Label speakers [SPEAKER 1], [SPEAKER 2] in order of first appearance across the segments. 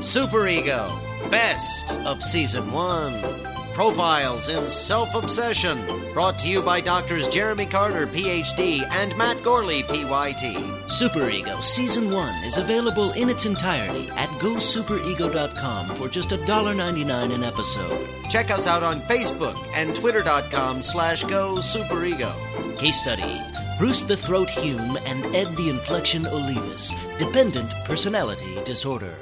[SPEAKER 1] Super Ego, Best of Season 1. Profiles in Self Obsession. Brought to you by Doctors Jeremy Carter, PhD, and Matt Gorley, PYT. Super Ego Season 1 is available in its entirety at gosuperego.com for just $1.99 an episode. Check us out on Facebook and twitter.com slash gosuperego. Case study Bruce the Throat Hume and Ed the Inflection Olivas, Dependent Personality Disorder.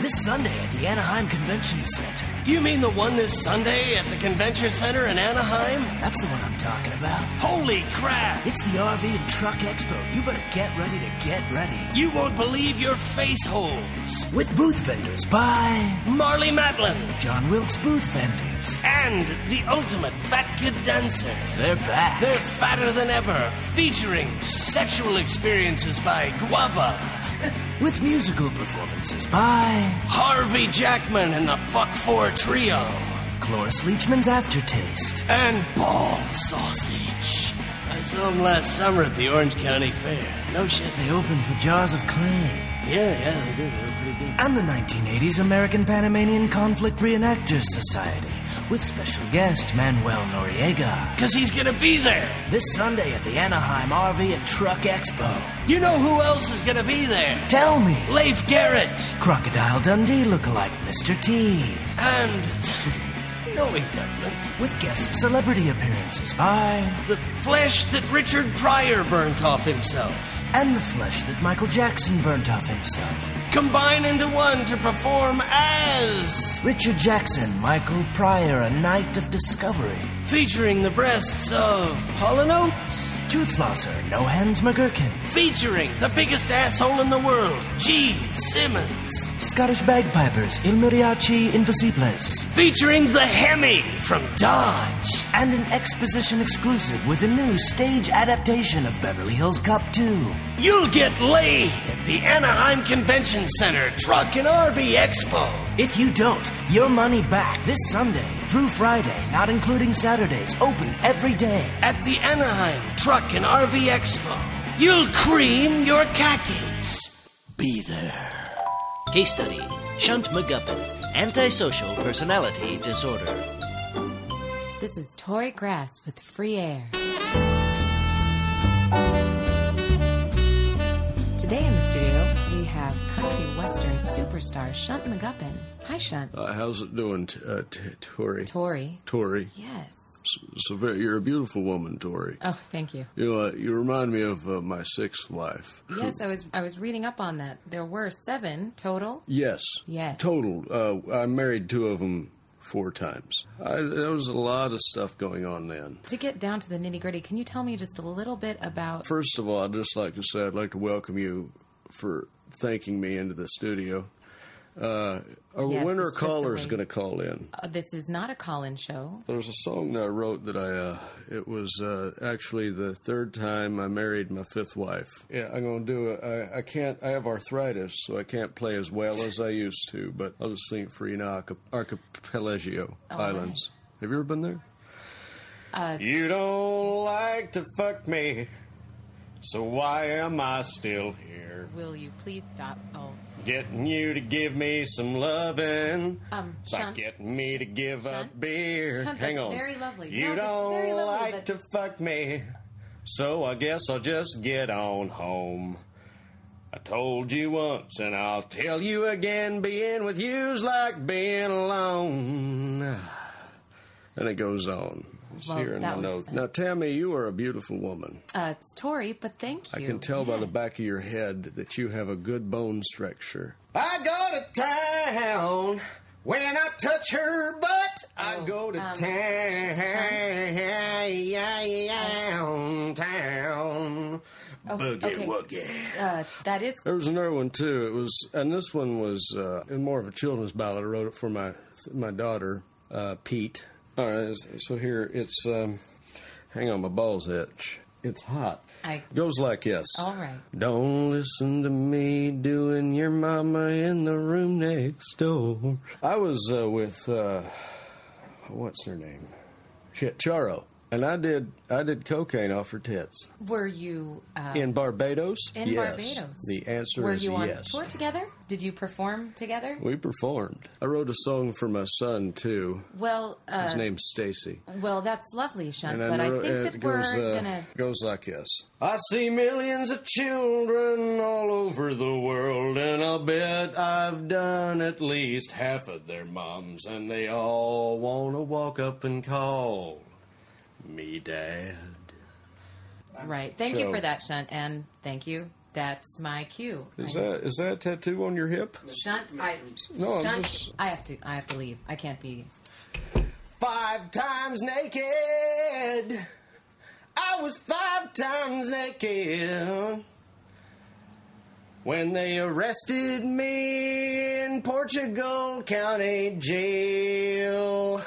[SPEAKER 2] This Sunday at the Anaheim Convention Center.
[SPEAKER 3] You mean the one this Sunday at the Convention Center in Anaheim?
[SPEAKER 2] That's the one I'm talking about.
[SPEAKER 3] Holy crap!
[SPEAKER 2] It's the RV and Truck Expo. You better get ready to get ready.
[SPEAKER 3] You won't believe your face holds.
[SPEAKER 2] With booth vendors by
[SPEAKER 3] Marley Matlin
[SPEAKER 2] John Wilkes Booth Vendors.
[SPEAKER 3] and the ultimate fat kid dancer.
[SPEAKER 2] They're back.
[SPEAKER 3] They're fatter than ever, featuring sexual experiences by Guava,
[SPEAKER 2] With musical performances by
[SPEAKER 3] Harvey Jackman and the Fuck Four Trio,
[SPEAKER 2] Cloris Leachman's Aftertaste.
[SPEAKER 3] and Ball Sausage. I saw them last summer at the Orange County Fair. No shit.
[SPEAKER 2] They open for Jaws of Clay.
[SPEAKER 3] Yeah, yeah, they do. They were pretty good.
[SPEAKER 2] And the 1980s American Panamanian Conflict Reenactors Society. With special guest Manuel Noriega.
[SPEAKER 3] Because he's gonna be there.
[SPEAKER 2] This Sunday at the Anaheim RV and Truck Expo.
[SPEAKER 3] You know who else is going to be there?
[SPEAKER 2] Tell me.
[SPEAKER 3] Leif Garrett.
[SPEAKER 2] Crocodile Dundee lookalike Mr. T.
[SPEAKER 3] And. no, he doesn't.
[SPEAKER 2] With guest celebrity appearances by.
[SPEAKER 3] The flesh that Richard Pryor burnt off himself.
[SPEAKER 2] And the flesh that Michael Jackson burnt off himself.
[SPEAKER 3] Combine into one to perform as.
[SPEAKER 2] Richard Jackson, Michael Pryor, A Night of Discovery.
[SPEAKER 3] Featuring the breasts of Hall and Oates.
[SPEAKER 2] Tooth Flosser, No Hands McGurkin.
[SPEAKER 3] Featuring the biggest asshole in the world, Gene Simmons.
[SPEAKER 2] Scottish Bagpipers, Il Mariachi Invisibles.
[SPEAKER 3] Featuring the Hemi from Dodge.
[SPEAKER 2] and an exposition exclusive with a new stage adaptation of Beverly Hills Cop 2.
[SPEAKER 3] You'll get laid at the Anaheim Convention Center Truck and RV Expo.
[SPEAKER 2] If you don't, your money back this Sunday through Friday, not including Saturdays, open every day.
[SPEAKER 3] At the Anaheim Truck and RV Expo, you'll cream your khakis. Be there.
[SPEAKER 1] Case study Shunt McGuppin, Antisocial Personality Disorder.
[SPEAKER 4] This is Tori Grass with Free Air. Today in the studio, we have country western superstar Shunt McGuppin. Hi, Shunt.
[SPEAKER 5] Uh, how's it doing, t- uh, t- Tori?
[SPEAKER 4] Tori.
[SPEAKER 5] Tori,
[SPEAKER 4] Yes.
[SPEAKER 5] S- so very, you're a beautiful woman, Tori.
[SPEAKER 4] Oh, thank you.
[SPEAKER 5] You know, uh, you remind me of uh, my sixth wife.
[SPEAKER 4] Yes, I was I was reading up on that. There were seven total.
[SPEAKER 5] Yes.
[SPEAKER 4] Yes.
[SPEAKER 5] Total. Uh, I married two of them four times. I, there was a lot of stuff going on then.
[SPEAKER 4] To get down to the nitty gritty, can you tell me just a little bit about?
[SPEAKER 5] First of all, I'd just like to say I'd like to welcome you for thanking me into the studio. Uh, a
[SPEAKER 4] Yes,
[SPEAKER 5] winner
[SPEAKER 4] it's just the
[SPEAKER 5] caller's
[SPEAKER 4] way-
[SPEAKER 5] going to call in.
[SPEAKER 4] Uh, this is not a call-in show.
[SPEAKER 5] There's a song that I wrote that I, uh, it was uh, actually the third time I married my fifth wife. Yeah, I'm going to do it. I, I can't, I have arthritis, so I can't play as well as I used to, but I'll just sing it for you now Archi- Archipelago Islands. Have you ever been there? you don't like to fuck me, so why am I still here?
[SPEAKER 4] Will you please stop? Oh,
[SPEAKER 5] Getting you to give me some loving.
[SPEAKER 4] Um,
[SPEAKER 5] it's like
[SPEAKER 4] Sean-
[SPEAKER 5] getting me to give
[SPEAKER 4] Sean-
[SPEAKER 5] up beer.
[SPEAKER 4] Sean,
[SPEAKER 5] Hang
[SPEAKER 4] that's
[SPEAKER 5] on.
[SPEAKER 4] very lovely.
[SPEAKER 5] You
[SPEAKER 4] No, that's
[SPEAKER 5] don't
[SPEAKER 4] very lovely,
[SPEAKER 5] like
[SPEAKER 4] but-
[SPEAKER 5] to fuck me, so I guess I'll just get on home. I told you once, and I'll tell you again. Being with you's like being alone. And it goes on. It's
[SPEAKER 4] Well,
[SPEAKER 5] here in
[SPEAKER 4] that
[SPEAKER 5] my
[SPEAKER 4] was-
[SPEAKER 5] note. Now, Tammy, you are a beautiful woman.
[SPEAKER 4] uh, it's Tori, but thank
[SPEAKER 5] I
[SPEAKER 4] you.
[SPEAKER 5] can tell by the
[SPEAKER 4] Yes.
[SPEAKER 5] back of your head that you have a good bone structure. I go to town when I touch her butt. I
[SPEAKER 4] Oh,
[SPEAKER 5] go to
[SPEAKER 4] um,
[SPEAKER 5] town, town, boogie
[SPEAKER 4] Oh, okay.
[SPEAKER 5] woogie.
[SPEAKER 4] Uh, that is
[SPEAKER 5] There was another one too. It was, and this one was uh, more of a children's ballad. I wrote it for my my daughter, uh, Pete. All right, so here it's. Um, hang on, my balls itch. It's hot.
[SPEAKER 4] I-
[SPEAKER 5] Goes like this.
[SPEAKER 4] All right.
[SPEAKER 5] Don't listen to me doing your mama in the room next door. I was uh, with uh, what's her name? Ch- Charo. And I did I did cocaine off her tits.
[SPEAKER 4] Were you uh,
[SPEAKER 5] In Barbados?
[SPEAKER 4] in
[SPEAKER 5] yes.
[SPEAKER 4] Barbados?
[SPEAKER 5] The answer
[SPEAKER 4] Were
[SPEAKER 5] is
[SPEAKER 4] you on
[SPEAKER 5] yes.
[SPEAKER 4] tour together? Did you perform together?
[SPEAKER 5] We performed. I wrote a song for my son too.
[SPEAKER 4] Well, uh,
[SPEAKER 5] His name's Stacy.
[SPEAKER 4] well, that's lovely, Sean.
[SPEAKER 5] And I
[SPEAKER 4] But I
[SPEAKER 5] know
[SPEAKER 4] think
[SPEAKER 5] it
[SPEAKER 4] that we're
[SPEAKER 5] goes, uh,
[SPEAKER 4] gonna.
[SPEAKER 5] goes like this. I see millions of children all over the world, and I'll bet I've done at least half of their moms, and they all wanna walk up and call me dad.
[SPEAKER 4] Right. Thank you
[SPEAKER 5] show.
[SPEAKER 4] for that, Shunt, and thank you. That's my cue.
[SPEAKER 5] Is
[SPEAKER 4] I-
[SPEAKER 5] that is that tattoo on your hip?
[SPEAKER 4] Shunt? I,
[SPEAKER 5] No, I'm
[SPEAKER 4] Shunt,
[SPEAKER 5] just-
[SPEAKER 4] I have to. I have to leave. I can't be.
[SPEAKER 5] Five times naked. I was five times naked. When they arrested me in Portugal County Jail.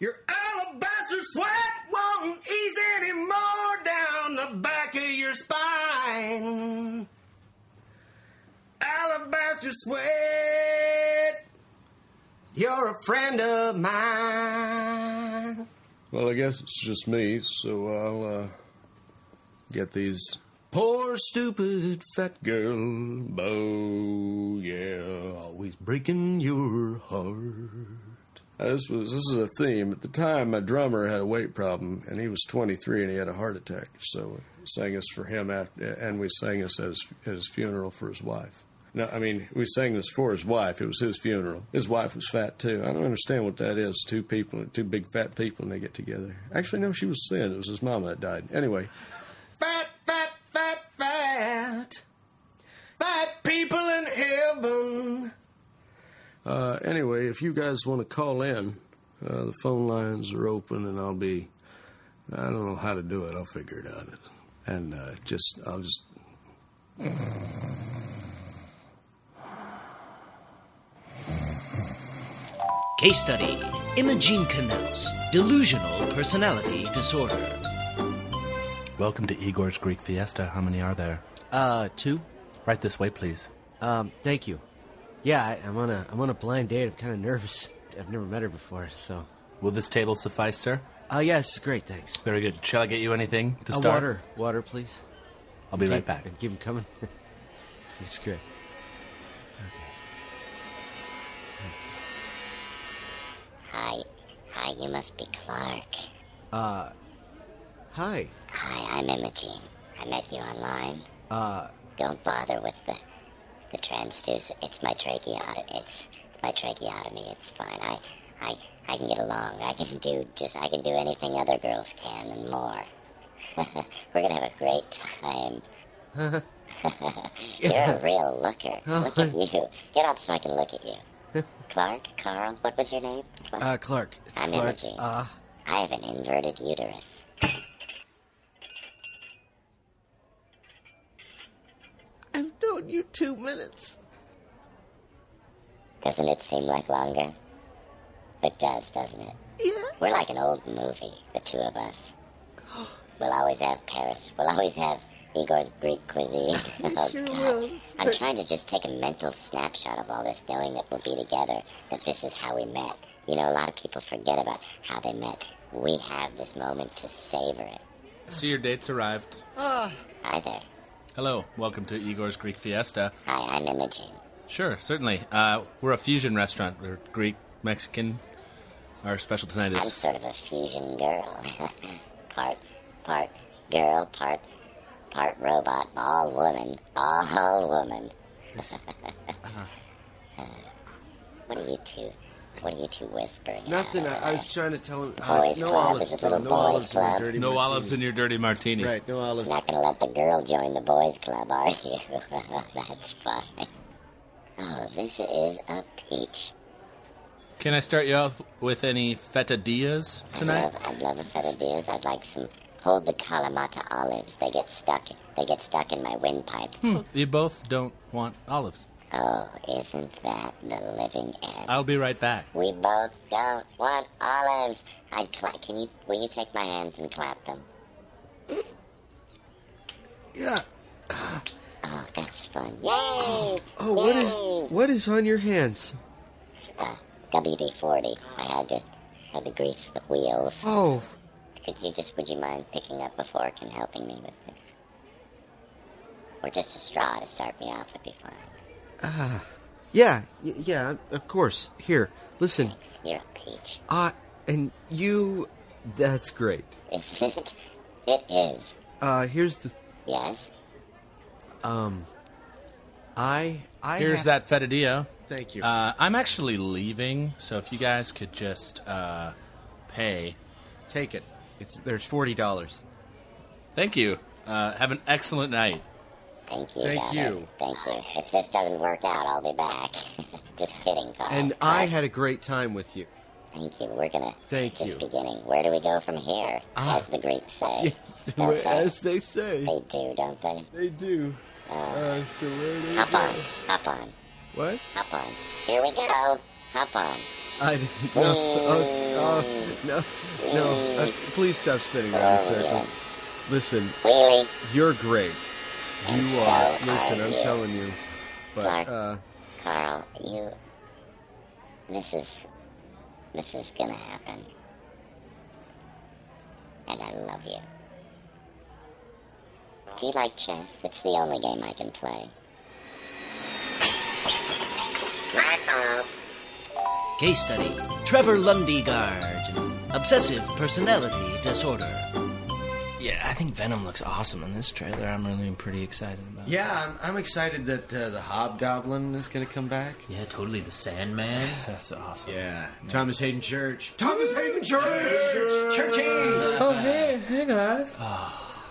[SPEAKER 5] Your alabaster sweat won't ease anymore down the back of your spine. Alabaster sweat. You're a friend of mine. Well, I guess it's just me, so I'll uh, get these. Poor stupid fat girl, Bo, yeah, always breaking your heart. Uh, This was this is a theme. At the time, my drummer had a weight problem, and he was 23, and he had a heart attack. So, we sang us for him, after, and we sang us at his, at his funeral for his wife. No, I mean, we sang this for his wife. It was his funeral. His wife was fat too. I don't understand what that is. Two people, two big fat people, and they get together. Actually, no, she was thin. It was his mama that died. Anyway, fat, fat, fat, fat, fat people in heaven. Uh, anyway, if you guys want to call in, uh, the phone lines are open, and I'll be. I don't know how to do it. I'll figure it out. And uh, just, I'll just
[SPEAKER 1] Case study Imogene Canals, delusional personality disorder.
[SPEAKER 6] Welcome to Igor's Greek Fiesta. How many are there?
[SPEAKER 7] Uh, two.
[SPEAKER 6] Right this way, please.
[SPEAKER 7] Um, thank you. Yeah, I, I'm on a I'm on a blind date. I'm kind of nervous. I've never met her before, so.
[SPEAKER 6] Will this table suffice, sir?
[SPEAKER 7] Oh yes, great, thanks.
[SPEAKER 6] Very good. Shall I get you anything to
[SPEAKER 7] Uh,
[SPEAKER 6] start?
[SPEAKER 7] water, water, please.
[SPEAKER 6] I'll be right back.
[SPEAKER 7] And keep 'em coming. it's great.
[SPEAKER 8] Hi. Hi, you must be Clark.
[SPEAKER 7] Hi.
[SPEAKER 8] Hi, I'm Imogene. I met you online. Uh. Don't bother with the the transducer. It's my tracheotomy. It's, it's my tracheotomy. It's fine. I, I, I can get along. I can do just. I can do anything other girls can and more. We're gonna have a great time. You're a real looker.
[SPEAKER 7] Oh,
[SPEAKER 8] Look at you. Get out so I can look at you. Clark, Carl. What was your name? Clark.
[SPEAKER 7] Uh, Clark. It's
[SPEAKER 8] I'm
[SPEAKER 7] Clark.
[SPEAKER 8] Imogene.
[SPEAKER 7] Uh,
[SPEAKER 8] I have an inverted uterus.
[SPEAKER 7] I've known you two minutes.
[SPEAKER 8] Doesn't it seem like longer? It does, doesn't it?
[SPEAKER 7] Yeah.
[SPEAKER 8] We're like an old movie, the two of us. We'll always have Paris. We'll always have Igor's Greek cuisine. oh, God. I'm trying to just take a mental snapshot of all this, knowing that we'll be together, that this is how we met. You know, a lot of people forget about how they met. We have this moment to savor it.
[SPEAKER 6] I see your dates arrived.
[SPEAKER 8] Hi there.
[SPEAKER 6] Hello. Welcome to Igor's Greek Fiesta.
[SPEAKER 8] Hi, I'm Imogene.
[SPEAKER 6] Sure, certainly. Uh, we're a fusion restaurant. We're Greek, Mexican. Our special tonight
[SPEAKER 8] I'm
[SPEAKER 6] is
[SPEAKER 8] sort of a fusion girl. part, part girl, part, part robot, all woman, all woman. Uh, what are you two? What are you two whispering? at?
[SPEAKER 7] Nothing. I, I was trying to tell him. Uh,
[SPEAKER 8] Boys
[SPEAKER 7] no
[SPEAKER 8] club
[SPEAKER 7] olives.
[SPEAKER 8] is a little
[SPEAKER 7] no
[SPEAKER 8] boys
[SPEAKER 7] olives in my
[SPEAKER 8] club.
[SPEAKER 7] dirty
[SPEAKER 6] no
[SPEAKER 7] martini.
[SPEAKER 6] olives in your dirty martini.
[SPEAKER 7] Right. No olives.
[SPEAKER 8] You're not gonna let the girl join the boys club, are you? That's fine. Oh, this is a peach.
[SPEAKER 6] Can I start you off with any fetadillas tonight?
[SPEAKER 8] I'd love, I'd love a set of deals. I'd like some. Hold the Kalamata olives. They get stuck. They get stuck in my windpipe.
[SPEAKER 6] Hmm, You both don't want olives.
[SPEAKER 8] Oh, isn't that the living end?
[SPEAKER 6] I'll be right back.
[SPEAKER 8] We both don't want olives. I'd clap. Can you? Will you take my hands and clap them?
[SPEAKER 7] Yeah.
[SPEAKER 8] Oh, that's fun! Yay!
[SPEAKER 7] Oh, what is what is on your hands?
[SPEAKER 8] Uh, WD-40. I had to had to grease the wheels.
[SPEAKER 7] Oh,
[SPEAKER 8] could you just, would you mind picking up a fork and helping me with this? Or just a straw to start me off would be fine.
[SPEAKER 1] Ah, yeah, y- yeah, of course. Here, listen.
[SPEAKER 8] You're a peach,
[SPEAKER 1] Ah, and you. That's great.
[SPEAKER 8] isn't it? It is.
[SPEAKER 1] Uh, here's the.
[SPEAKER 8] Yes.
[SPEAKER 1] Um. I. I.
[SPEAKER 9] Here's
[SPEAKER 1] have-
[SPEAKER 9] that fetidillo.
[SPEAKER 1] Thank you.
[SPEAKER 9] Uh, I'm actually leaving, so if you guys could just uh, pay.
[SPEAKER 1] Take it. It's there's forty dollars.
[SPEAKER 9] Thank you. Uh, have an excellent night.
[SPEAKER 8] Thank you.
[SPEAKER 10] Thank
[SPEAKER 8] Goddard.
[SPEAKER 10] you.
[SPEAKER 8] Thank you. If this doesn't work out, I'll be back. just kidding, Carl.
[SPEAKER 1] And I had a great time with you.
[SPEAKER 8] Thank you. We're gonna.
[SPEAKER 1] Thank
[SPEAKER 8] just
[SPEAKER 1] you.
[SPEAKER 8] beginning. Where do we go from here?
[SPEAKER 1] Ah.
[SPEAKER 8] as the Greeks say.
[SPEAKER 1] Yes,
[SPEAKER 8] Don't they?
[SPEAKER 1] as they say,
[SPEAKER 8] They do, don't they?
[SPEAKER 1] they do. Uh, so where do we
[SPEAKER 8] Hop on.
[SPEAKER 1] go?
[SPEAKER 8] Hop on.
[SPEAKER 1] What?
[SPEAKER 8] Hop on. Here we go. Hop on.
[SPEAKER 1] I d- no, oh, oh, no, no. Uh, please stop spinning around in circles. Listen,
[SPEAKER 8] Wheelie.
[SPEAKER 1] you're great.
[SPEAKER 8] And
[SPEAKER 1] You
[SPEAKER 8] so
[SPEAKER 1] are. Listen,
[SPEAKER 8] are
[SPEAKER 1] I'm
[SPEAKER 8] you.
[SPEAKER 1] telling you. But
[SPEAKER 8] Mark.
[SPEAKER 1] uh,
[SPEAKER 8] Carl, you. This is. This is gonna happen. And I love you. Do you like chess? It's the only game I can play. Michael!
[SPEAKER 11] Case study Trevor Lundegaard, obsessive personality disorder.
[SPEAKER 3] Yeah, I think Venom looks awesome in this trailer. I'm really pretty excited about.
[SPEAKER 1] yeah, I'm, I'm excited that uh, the Hobgoblin is going to come back.
[SPEAKER 11] Yeah, totally the Sandman.
[SPEAKER 3] That's awesome.
[SPEAKER 1] Yeah, Thomas Hayden Church. Thomas Hayden Church. Churchy.
[SPEAKER 12] Oh hey, hey guys.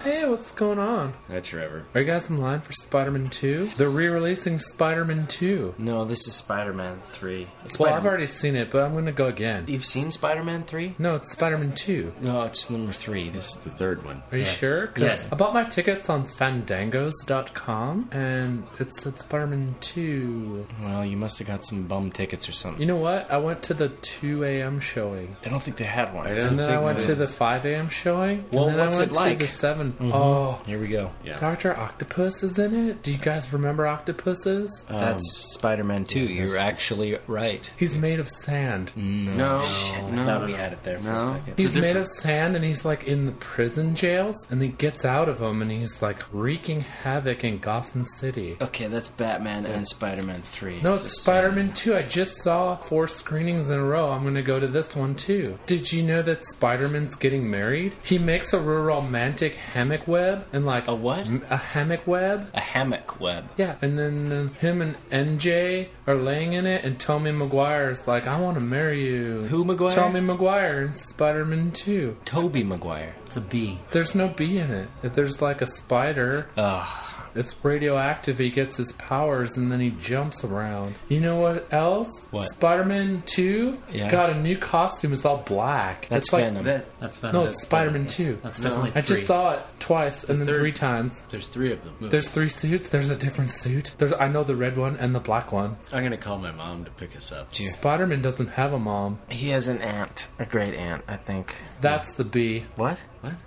[SPEAKER 12] Hey, what's going on?
[SPEAKER 1] That's Trevor.
[SPEAKER 12] Are you guys in line for Spider-Man 2? They're re-releasing Spider-Man 2.
[SPEAKER 3] No, this is Spider-Man three. It's
[SPEAKER 12] Well, I've already seen it, but I'm gonna go again.
[SPEAKER 3] You've seen Spider-Man three?
[SPEAKER 12] No, it's Spider-Man 2.
[SPEAKER 3] No, it's number three. This is the third one.
[SPEAKER 12] Are you sure? 'Cause
[SPEAKER 3] Yeah.
[SPEAKER 12] I bought my tickets on fandangos.com, and it said Spider-Man 2.
[SPEAKER 3] Well, you must have got some bum tickets or something.
[SPEAKER 12] You know what? I went to the 2 a.m. showing.
[SPEAKER 3] I don't think they had one.
[SPEAKER 12] And then I went to the 5 a.m. showing.
[SPEAKER 3] Well,
[SPEAKER 12] and then
[SPEAKER 3] what's
[SPEAKER 12] I
[SPEAKER 3] it like?
[SPEAKER 12] went
[SPEAKER 3] Mm-hmm.
[SPEAKER 12] to the 7.
[SPEAKER 6] Mm-hmm.
[SPEAKER 12] Oh,
[SPEAKER 3] Here we go. Yeah.
[SPEAKER 12] Dr. Octopus is in it. Do you guys remember octopuses?
[SPEAKER 3] Um, That's Spider-Man 2. You're actually right. Mm.
[SPEAKER 12] He's made of sand.
[SPEAKER 1] No, no.
[SPEAKER 3] Oh, Thought we had it there for
[SPEAKER 1] No.
[SPEAKER 3] a second.
[SPEAKER 12] He's made of sand and he's like in the prison jails and he gets out of them and he's like wreaking havoc in Gotham City.
[SPEAKER 3] Okay, that's Batman and Spider-Man 3.
[SPEAKER 12] No,
[SPEAKER 3] It's the
[SPEAKER 12] it's
[SPEAKER 3] same.
[SPEAKER 12] Spider Man 2. I just saw four screenings in a row. I'm going to go to this one too. Did you know that Spider Man's getting married? He makes a romantic hammock web and like
[SPEAKER 3] A what?
[SPEAKER 12] m- A hammock web.
[SPEAKER 3] A hammock web.
[SPEAKER 12] Yeah, and then uh, him and NJ are laying in it, and Tommy Maguire's like, I want to marry you.
[SPEAKER 3] Who Maguire?
[SPEAKER 12] Tommy Maguire in Spider Man 2.
[SPEAKER 3] Toby Maguire.
[SPEAKER 11] It's a B.
[SPEAKER 12] There's no bee in it. If There's like a spider.
[SPEAKER 3] Ugh.
[SPEAKER 12] It's radioactive. He gets his powers and then he jumps around. You know what else?
[SPEAKER 3] What?
[SPEAKER 12] Spider Man 2
[SPEAKER 3] Yeah.
[SPEAKER 12] got a new costume. It's all black.
[SPEAKER 3] That's
[SPEAKER 12] it's like,
[SPEAKER 3] Venom.
[SPEAKER 1] That,
[SPEAKER 11] That's fine.
[SPEAKER 12] No, it's Spider Man 2.
[SPEAKER 11] That's definitely
[SPEAKER 12] I just
[SPEAKER 11] three.
[SPEAKER 12] saw it twice and then
[SPEAKER 9] third.
[SPEAKER 12] three times.
[SPEAKER 9] There's three of them.
[SPEAKER 12] There's three suits. There's a different suit. There's I know the red one and the black one.
[SPEAKER 9] I'm gonna call my mom to pick us up.
[SPEAKER 12] Spider Man doesn't have a mom.
[SPEAKER 11] He has an aunt, a great aunt, I think.
[SPEAKER 12] That's the B.
[SPEAKER 11] What?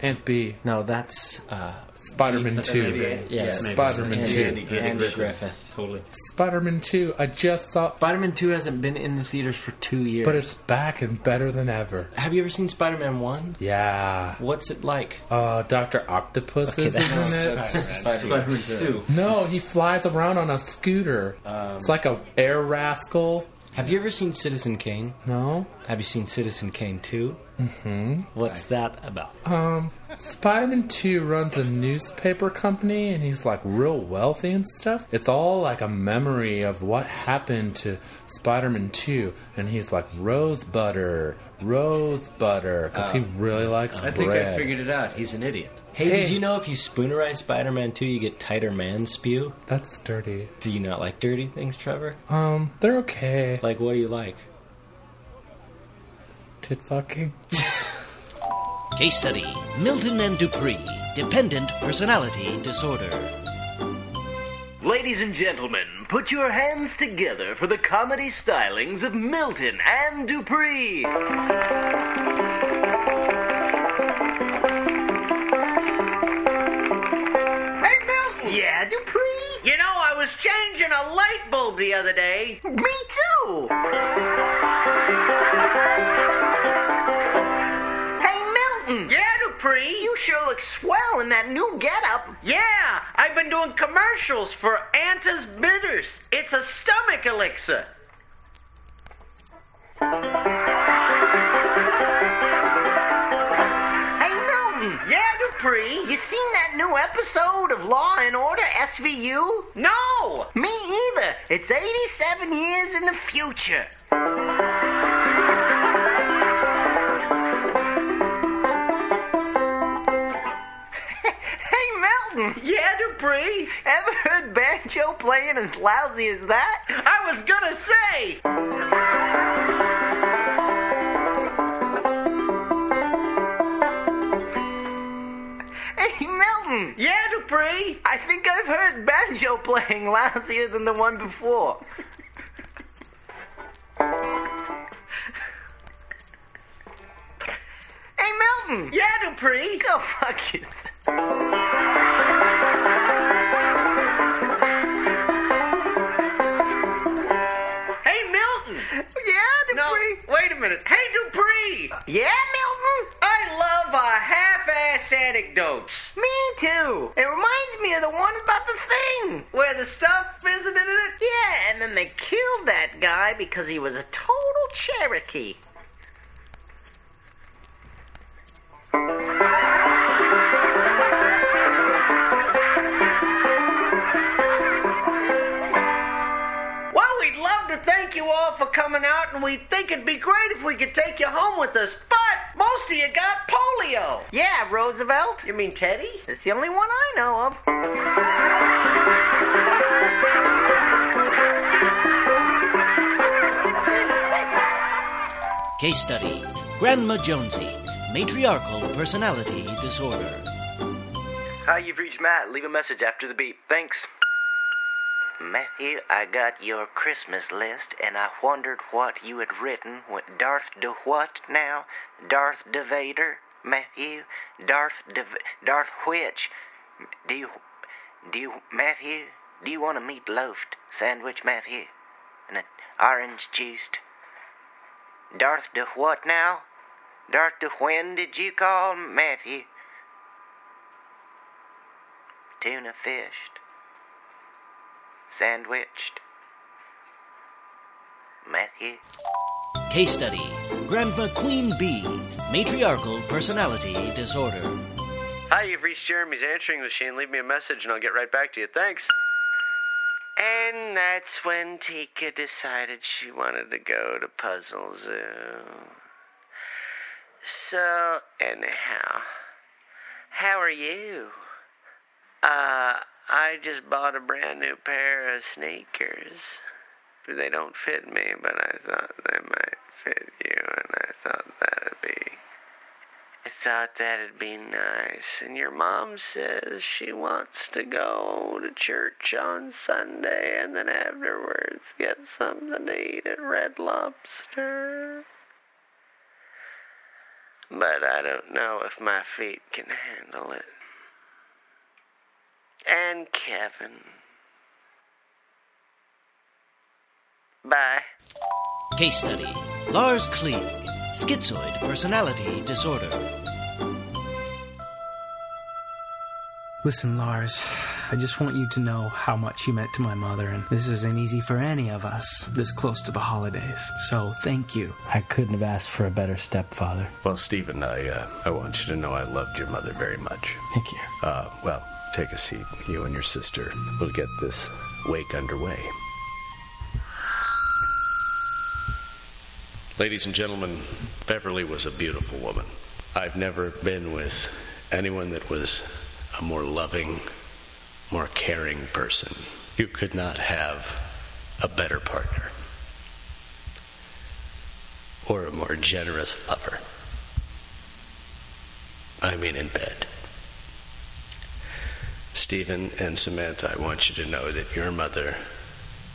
[SPEAKER 12] Aunt B.
[SPEAKER 11] No, that's uh,
[SPEAKER 12] Spider Man 2.
[SPEAKER 11] yeah, it's
[SPEAKER 12] Spider Man 2.
[SPEAKER 3] Andy, Andy Griffith.
[SPEAKER 11] totally.
[SPEAKER 12] Spider Man 2. I just saw.
[SPEAKER 3] Spider-Man 2 hasn't been in the theaters for two years.
[SPEAKER 12] But it's back and better than ever.
[SPEAKER 3] Have you ever seen Spider-Man 1?
[SPEAKER 12] Yeah.
[SPEAKER 3] What's it like?
[SPEAKER 12] Uh, Dr. Octopus is in it.
[SPEAKER 3] Spider-Man 2.
[SPEAKER 12] No, he flies around on a scooter. it's like a air rascal.
[SPEAKER 3] Have you ever seen Citizen Kane?
[SPEAKER 12] No.
[SPEAKER 3] Have you seen Citizen Kane 2? Mm-hmm. What's that about?
[SPEAKER 12] Um, Spider-Man 2 runs a newspaper company and he's like real wealthy and stuff. It's all like a memory of what happened to Spider-Man 2 and he's like rose butter, rose butter cuz he really likes
[SPEAKER 1] I
[SPEAKER 12] bread.
[SPEAKER 1] think I figured it out. He's an idiot.
[SPEAKER 3] Hey,
[SPEAKER 12] Hey.
[SPEAKER 3] did you know if you spoonerize Spider-Man 2, you get tighter man spew?
[SPEAKER 12] That's dirty.
[SPEAKER 3] Do you not like dirty things, Trevor?
[SPEAKER 12] Um, they're okay.
[SPEAKER 3] Like, what do you like?
[SPEAKER 12] Tit fucking.
[SPEAKER 11] Case study Milton and Dupree, dependent personality disorder.
[SPEAKER 13] Ladies and gentlemen, put your hands together for the comedy stylings of Milton and Dupree. Hey, Milton! Yeah, Dupree? You know, I was changing a light bulb the other day. Me too! Hey, Milton! Yeah, Dupree, you sure look swell in that new getup. Yeah, I've been doing commercials for Anta's Bitters. It's a stomach elixir. Hey, Milton. Yeah, Dupree. You seen that new episode of Law and Order SVU? No, me either. It's 87 years in the future. Hey, Milton. Yeah, Dupree. Ever heard banjo playing as lousy as that? I was gonna say. Hey, Milton. Yeah, Dupree. I think I've heard banjo playing lousier than the one before. Hey, Milton. Yeah, Dupree. Go fuck yourself. Hey, Milton. Yeah, Dupree. No, wait a minute. Hey, Dupree. Yeah, Milton. I love our half-ass anecdotes. Me too. It reminds me of the one about the thing where the stuff visited it. Yeah, and then they killed that guy because he was a total Cherokee. Well, we'd love to thank you all for coming out, and we think it'd be great if we could take you home with us, but most of you got polio. Yeah, Roosevelt. You mean Teddy? It's the only one I know of.
[SPEAKER 11] Case study Grandma Jonesy, matriarchal personality disorder.
[SPEAKER 14] Hi, you've reached Matt. Leave a message after the beep. Thanks. Matthew, I got your Christmas list and I wondered what you had written with Darth de what now? Darth de Vader? Matthew? Darth de Darth which? Do you do you Matthew? Do you want a meatloaf sandwich, Matthew? And an orange juiced? Darth de what now? Darth de when did you call Matthew? Tuna fished. Sandwiched. Matthew.
[SPEAKER 11] Case study Grandma Queen Bee, matriarchal personality disorder.
[SPEAKER 15] Hi, you've reached Jeremy's answering machine. Leave me a message and I'll get right back to you. Thanks.
[SPEAKER 14] And that's when Tika decided she wanted to go to Puzzle Zoo. So, anyhow, how are you? Uh, I just bought a brand new pair of sneakers. They don't fit me, but I thought they might fit you, and I thought that'd be. I thought that'd be nice. And your mom says she wants to go to church on Sunday and then afterwards get something to eat at Red Lobster. But I don't know if my feet can handle it. And Kevin. Bye.
[SPEAKER 11] Case study Lars Klieg, schizoid personality disorder.
[SPEAKER 3] Listen, Lars, I just want you to know how much you meant to my mother, and this isn't easy for any of us this close to the holidays. So thank you. I couldn't have asked for a better stepfather.
[SPEAKER 9] Well, Stephen, I uh, I want you to know I loved your mother very much.
[SPEAKER 3] Thank you.
[SPEAKER 9] Uh, well, take a seat. You and your sister will get this wake underway. Ladies and gentlemen, Beverly was a beautiful woman. I've never been with anyone that was a more loving, more caring person. You could not have a better partner or a more generous lover. I mean, in bed. Stephen and Samantha, I want you to know that your mother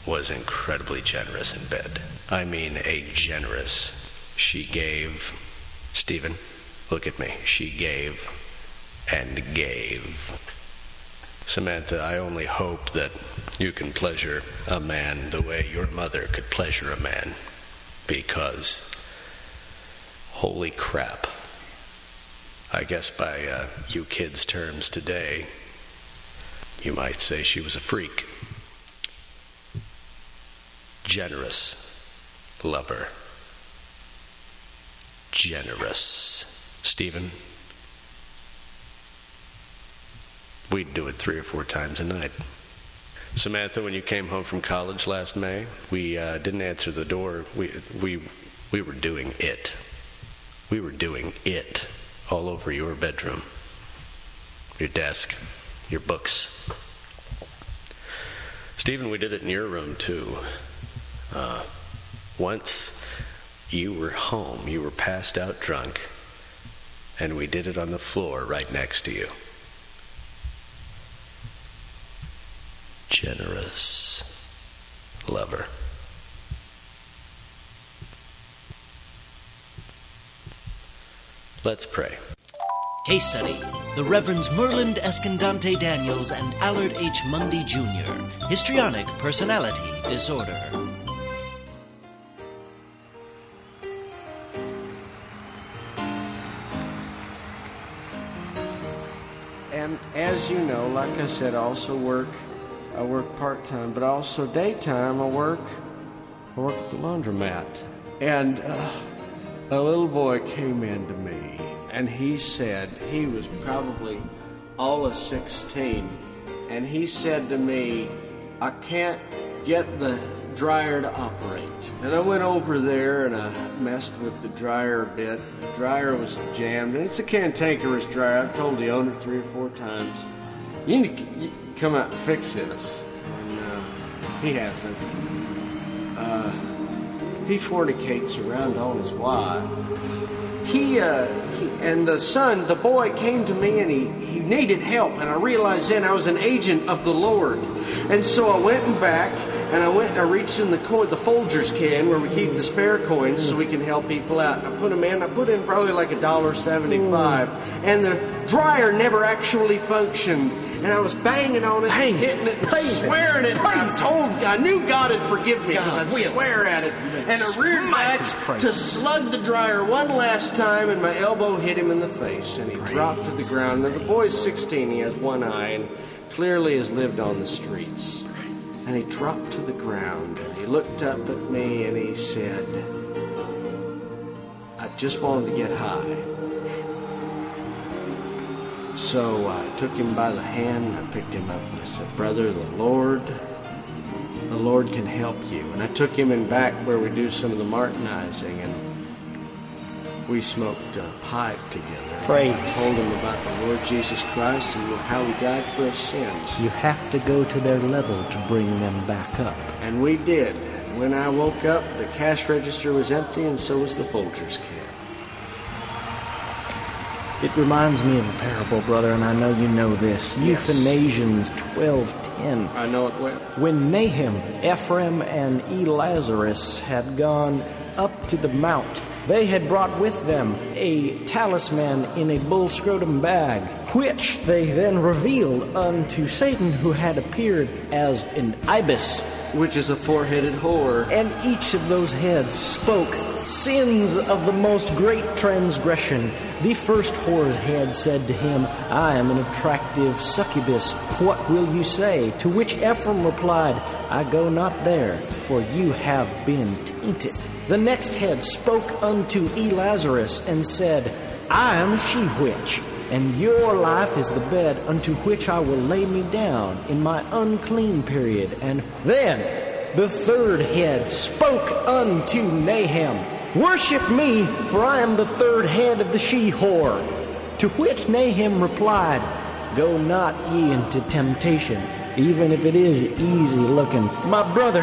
[SPEAKER 9] was incredibly generous in bed. I mean, a generous. She gave. Stephen, look at me. She gave and gave. Samantha, I only hope that you can pleasure a man the way your mother could pleasure a man. Because, holy crap, I guess by uh, you kids' terms today, you might say she was a freak. Generous lover. Generous. Stephen, we'd do it three or four times a night. Samantha, when you came home from college last May, we uh, didn't answer the door. We, we, we were doing it. We were doing it all over your bedroom, your desk, your books. Stephen, we did it in your room too. Uh, once you were home, you were passed out drunk, and we did it on the floor right next to you. Generous lover. Let's pray.
[SPEAKER 11] Case study The Reverends Merland Escondante Daniels and Allard H. Mundy Jr. Histrionic Personality Disorder.
[SPEAKER 5] And as you know, like I said, I also work. I work part time, but also daytime. I work. I work at the laundromat. And uh, a little boy came in to me, and he said he was probably all of sixteen, and he said to me, "I can't get the dryer to operate." And I went over there and I messed with the dryer a bit. The dryer was jammed, and it's a cantankerous dryer. I've told the owner three or four times. You need to c- come out and fix this. And, uh, he hasn't. Uh, he fornicates around on his wife. He, uh, he and the son, the boy came to me and he, he needed help, and I realized then I was an agent of the Lord. And so I went and back and I went and I reached in the coin, the Folgers can where we keep the spare coins so we can help people out. And I put them in. I put in probably like a dollar seventy-five, and the dryer never actually functioned. And I was banging on it, and hitting it, and swearing it. And I told, I knew God had forgiven me because I'd swear at it. And I reared back to slug the dryer one last time, and my elbow hit him in the face, and he dropped to the ground. Now the boy's sixteen; he has one eye, and clearly has lived on the streets. And he dropped to the ground and he looked up at me and he said, I just wanted to get high. So I took him by the hand and I picked him up and I said, Brother, the Lord, the Lord can help you. And I took him in back where we do some of the martinizing and we smoked a pipe together.
[SPEAKER 16] Praise.
[SPEAKER 5] I told him about the Lord Jesus Christ and how he died for his sins.
[SPEAKER 16] You have to go to their level to bring them back up.
[SPEAKER 5] And we did. And when I woke up, the cash register was empty, and so was the Folgers can.
[SPEAKER 16] It reminds me of a parable, brother, and I know you know this.
[SPEAKER 5] Yes.
[SPEAKER 16] Euthanasians 12:10.
[SPEAKER 5] I know it well.
[SPEAKER 16] When Nahum, Ephraim, and Elazarus had gone up to the mount, they had brought with them a talisman in a bull scrotum bag, which they then revealed unto Satan, who had appeared as an ibis,
[SPEAKER 5] which is a four-headed whore.
[SPEAKER 16] And each of those heads spoke sins of the most great transgression. The first whore's head said to him, I am an attractive succubus. What will you say? To which Ephraim replied, I go not there, for you have been tainted. The next head spoke unto Elazarus and said, I am she witch, and your life is the bed unto which I will lay me down in my unclean period. And then the third head spoke unto Nahum, Worship me, for I am the third head of the she whore. To which Nahum replied, Go not ye into temptation, even if it is easy looking. My brother,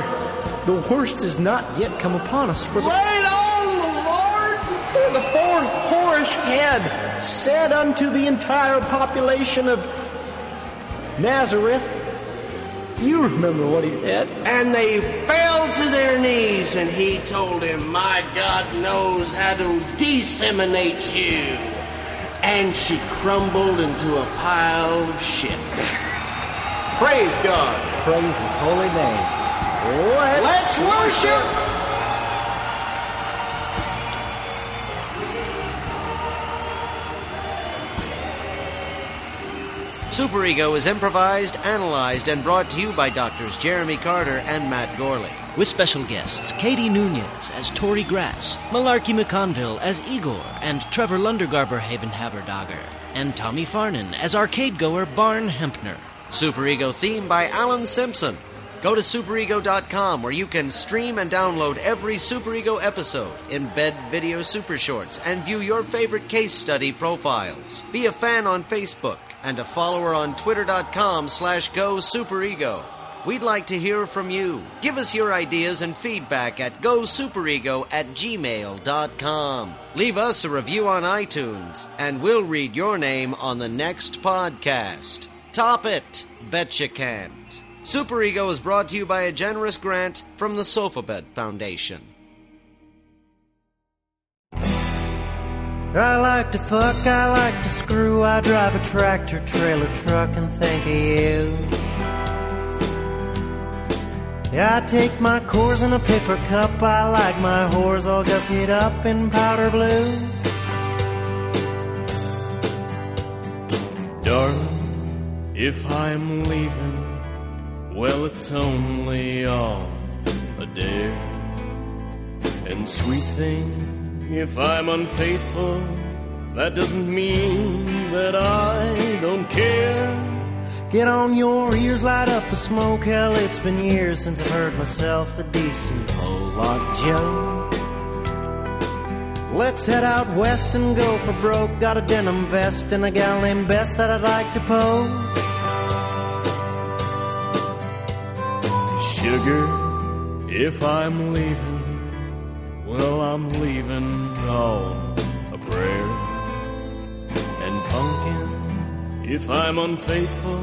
[SPEAKER 16] the worst is not yet come upon us, for the
[SPEAKER 3] Lay
[SPEAKER 16] on the Lord, for the fourth whorish head said unto the entire population of Nazareth, You remember what he said.
[SPEAKER 5] And they fell to their knees, and he told him, My God knows how to disseminate you. And she crumbled into a pile of shit. Praise God.
[SPEAKER 16] Praise his holy name.
[SPEAKER 5] Let's
[SPEAKER 16] Let's,
[SPEAKER 5] worship.
[SPEAKER 1] Superego is improvised, analyzed, and brought to you by doctors Jeremy Carter and Matt Gorley.
[SPEAKER 11] With special guests Katie Nunez as Tori Grass, Malarkey McConville as Igor, and Trevor Lundergarber Haven Haberdagger, and Tommy Farnan as arcade goer Barn Hempner.
[SPEAKER 1] Superego theme by Alan Simpson. Go to superego.com where you can stream and download every Superego episode, embed video super shorts, and view your favorite case study profiles. Be a fan on Facebook and a follower on twitter.com slash go superego. We'd like to hear from you. Give us your ideas and feedback at gosuperego at gmail.com. Leave us a review on iTunes, and we'll read your name on the next podcast. Top it! Bet you can't. Superego is brought to you by a generous grant from the Sofabed Foundation.
[SPEAKER 2] I like to fuck, I like to screw, I drive a tractor, trailer, truck, and think of you. Yeah, I take my cores in a paper cup, I like my whores all gussied up in powder blue.
[SPEAKER 17] Darling, if I'm leaving, well, it's only on a dare. And sweet thing, if I'm unfaithful, that doesn't mean that I don't care.
[SPEAKER 2] Get on your ears, light up a smoke, hell, it's been years since I've heard myself a decent whole lot Joe. Let's head out west and go for broke. Got a denim vest and a gal named Bess that I'd like to pose.
[SPEAKER 17] Sugar, if I'm leaving, well, I'm leaving on a prayer. And pumpkin, if I'm unfaithful,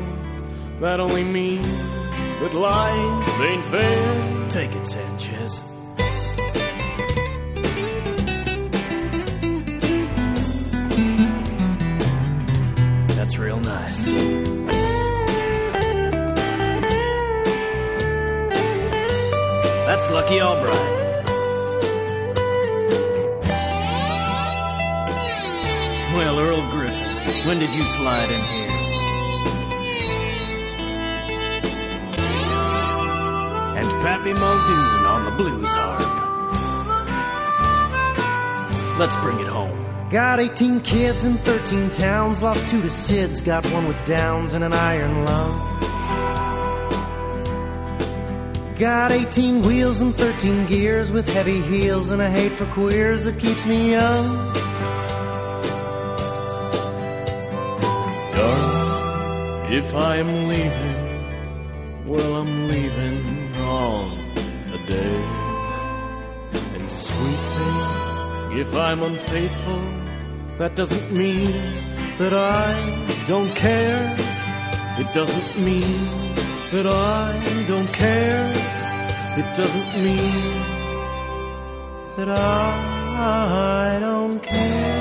[SPEAKER 17] that only means that life ain't fair. Take it, Sanchez.
[SPEAKER 18] That's real nice. That's Lucky Albright. Well, Earl Griffin, when did you slide in here? And Pappy Muldoon on the blues harp. Let's bring it home.
[SPEAKER 2] Got 18 kids in 13 towns, lost two to SIDS, got one with Downs and an iron lung. Got 18 wheels and 13 gears with heavy heels and a hate for queers that keeps me young.
[SPEAKER 17] Darling, if I'm leaving, well, I'm leaving on a day. And sweet thing, if I'm unfaithful, that doesn't mean that I don't care. It doesn't mean that I don't care. It doesn't mean
[SPEAKER 2] That I don't care.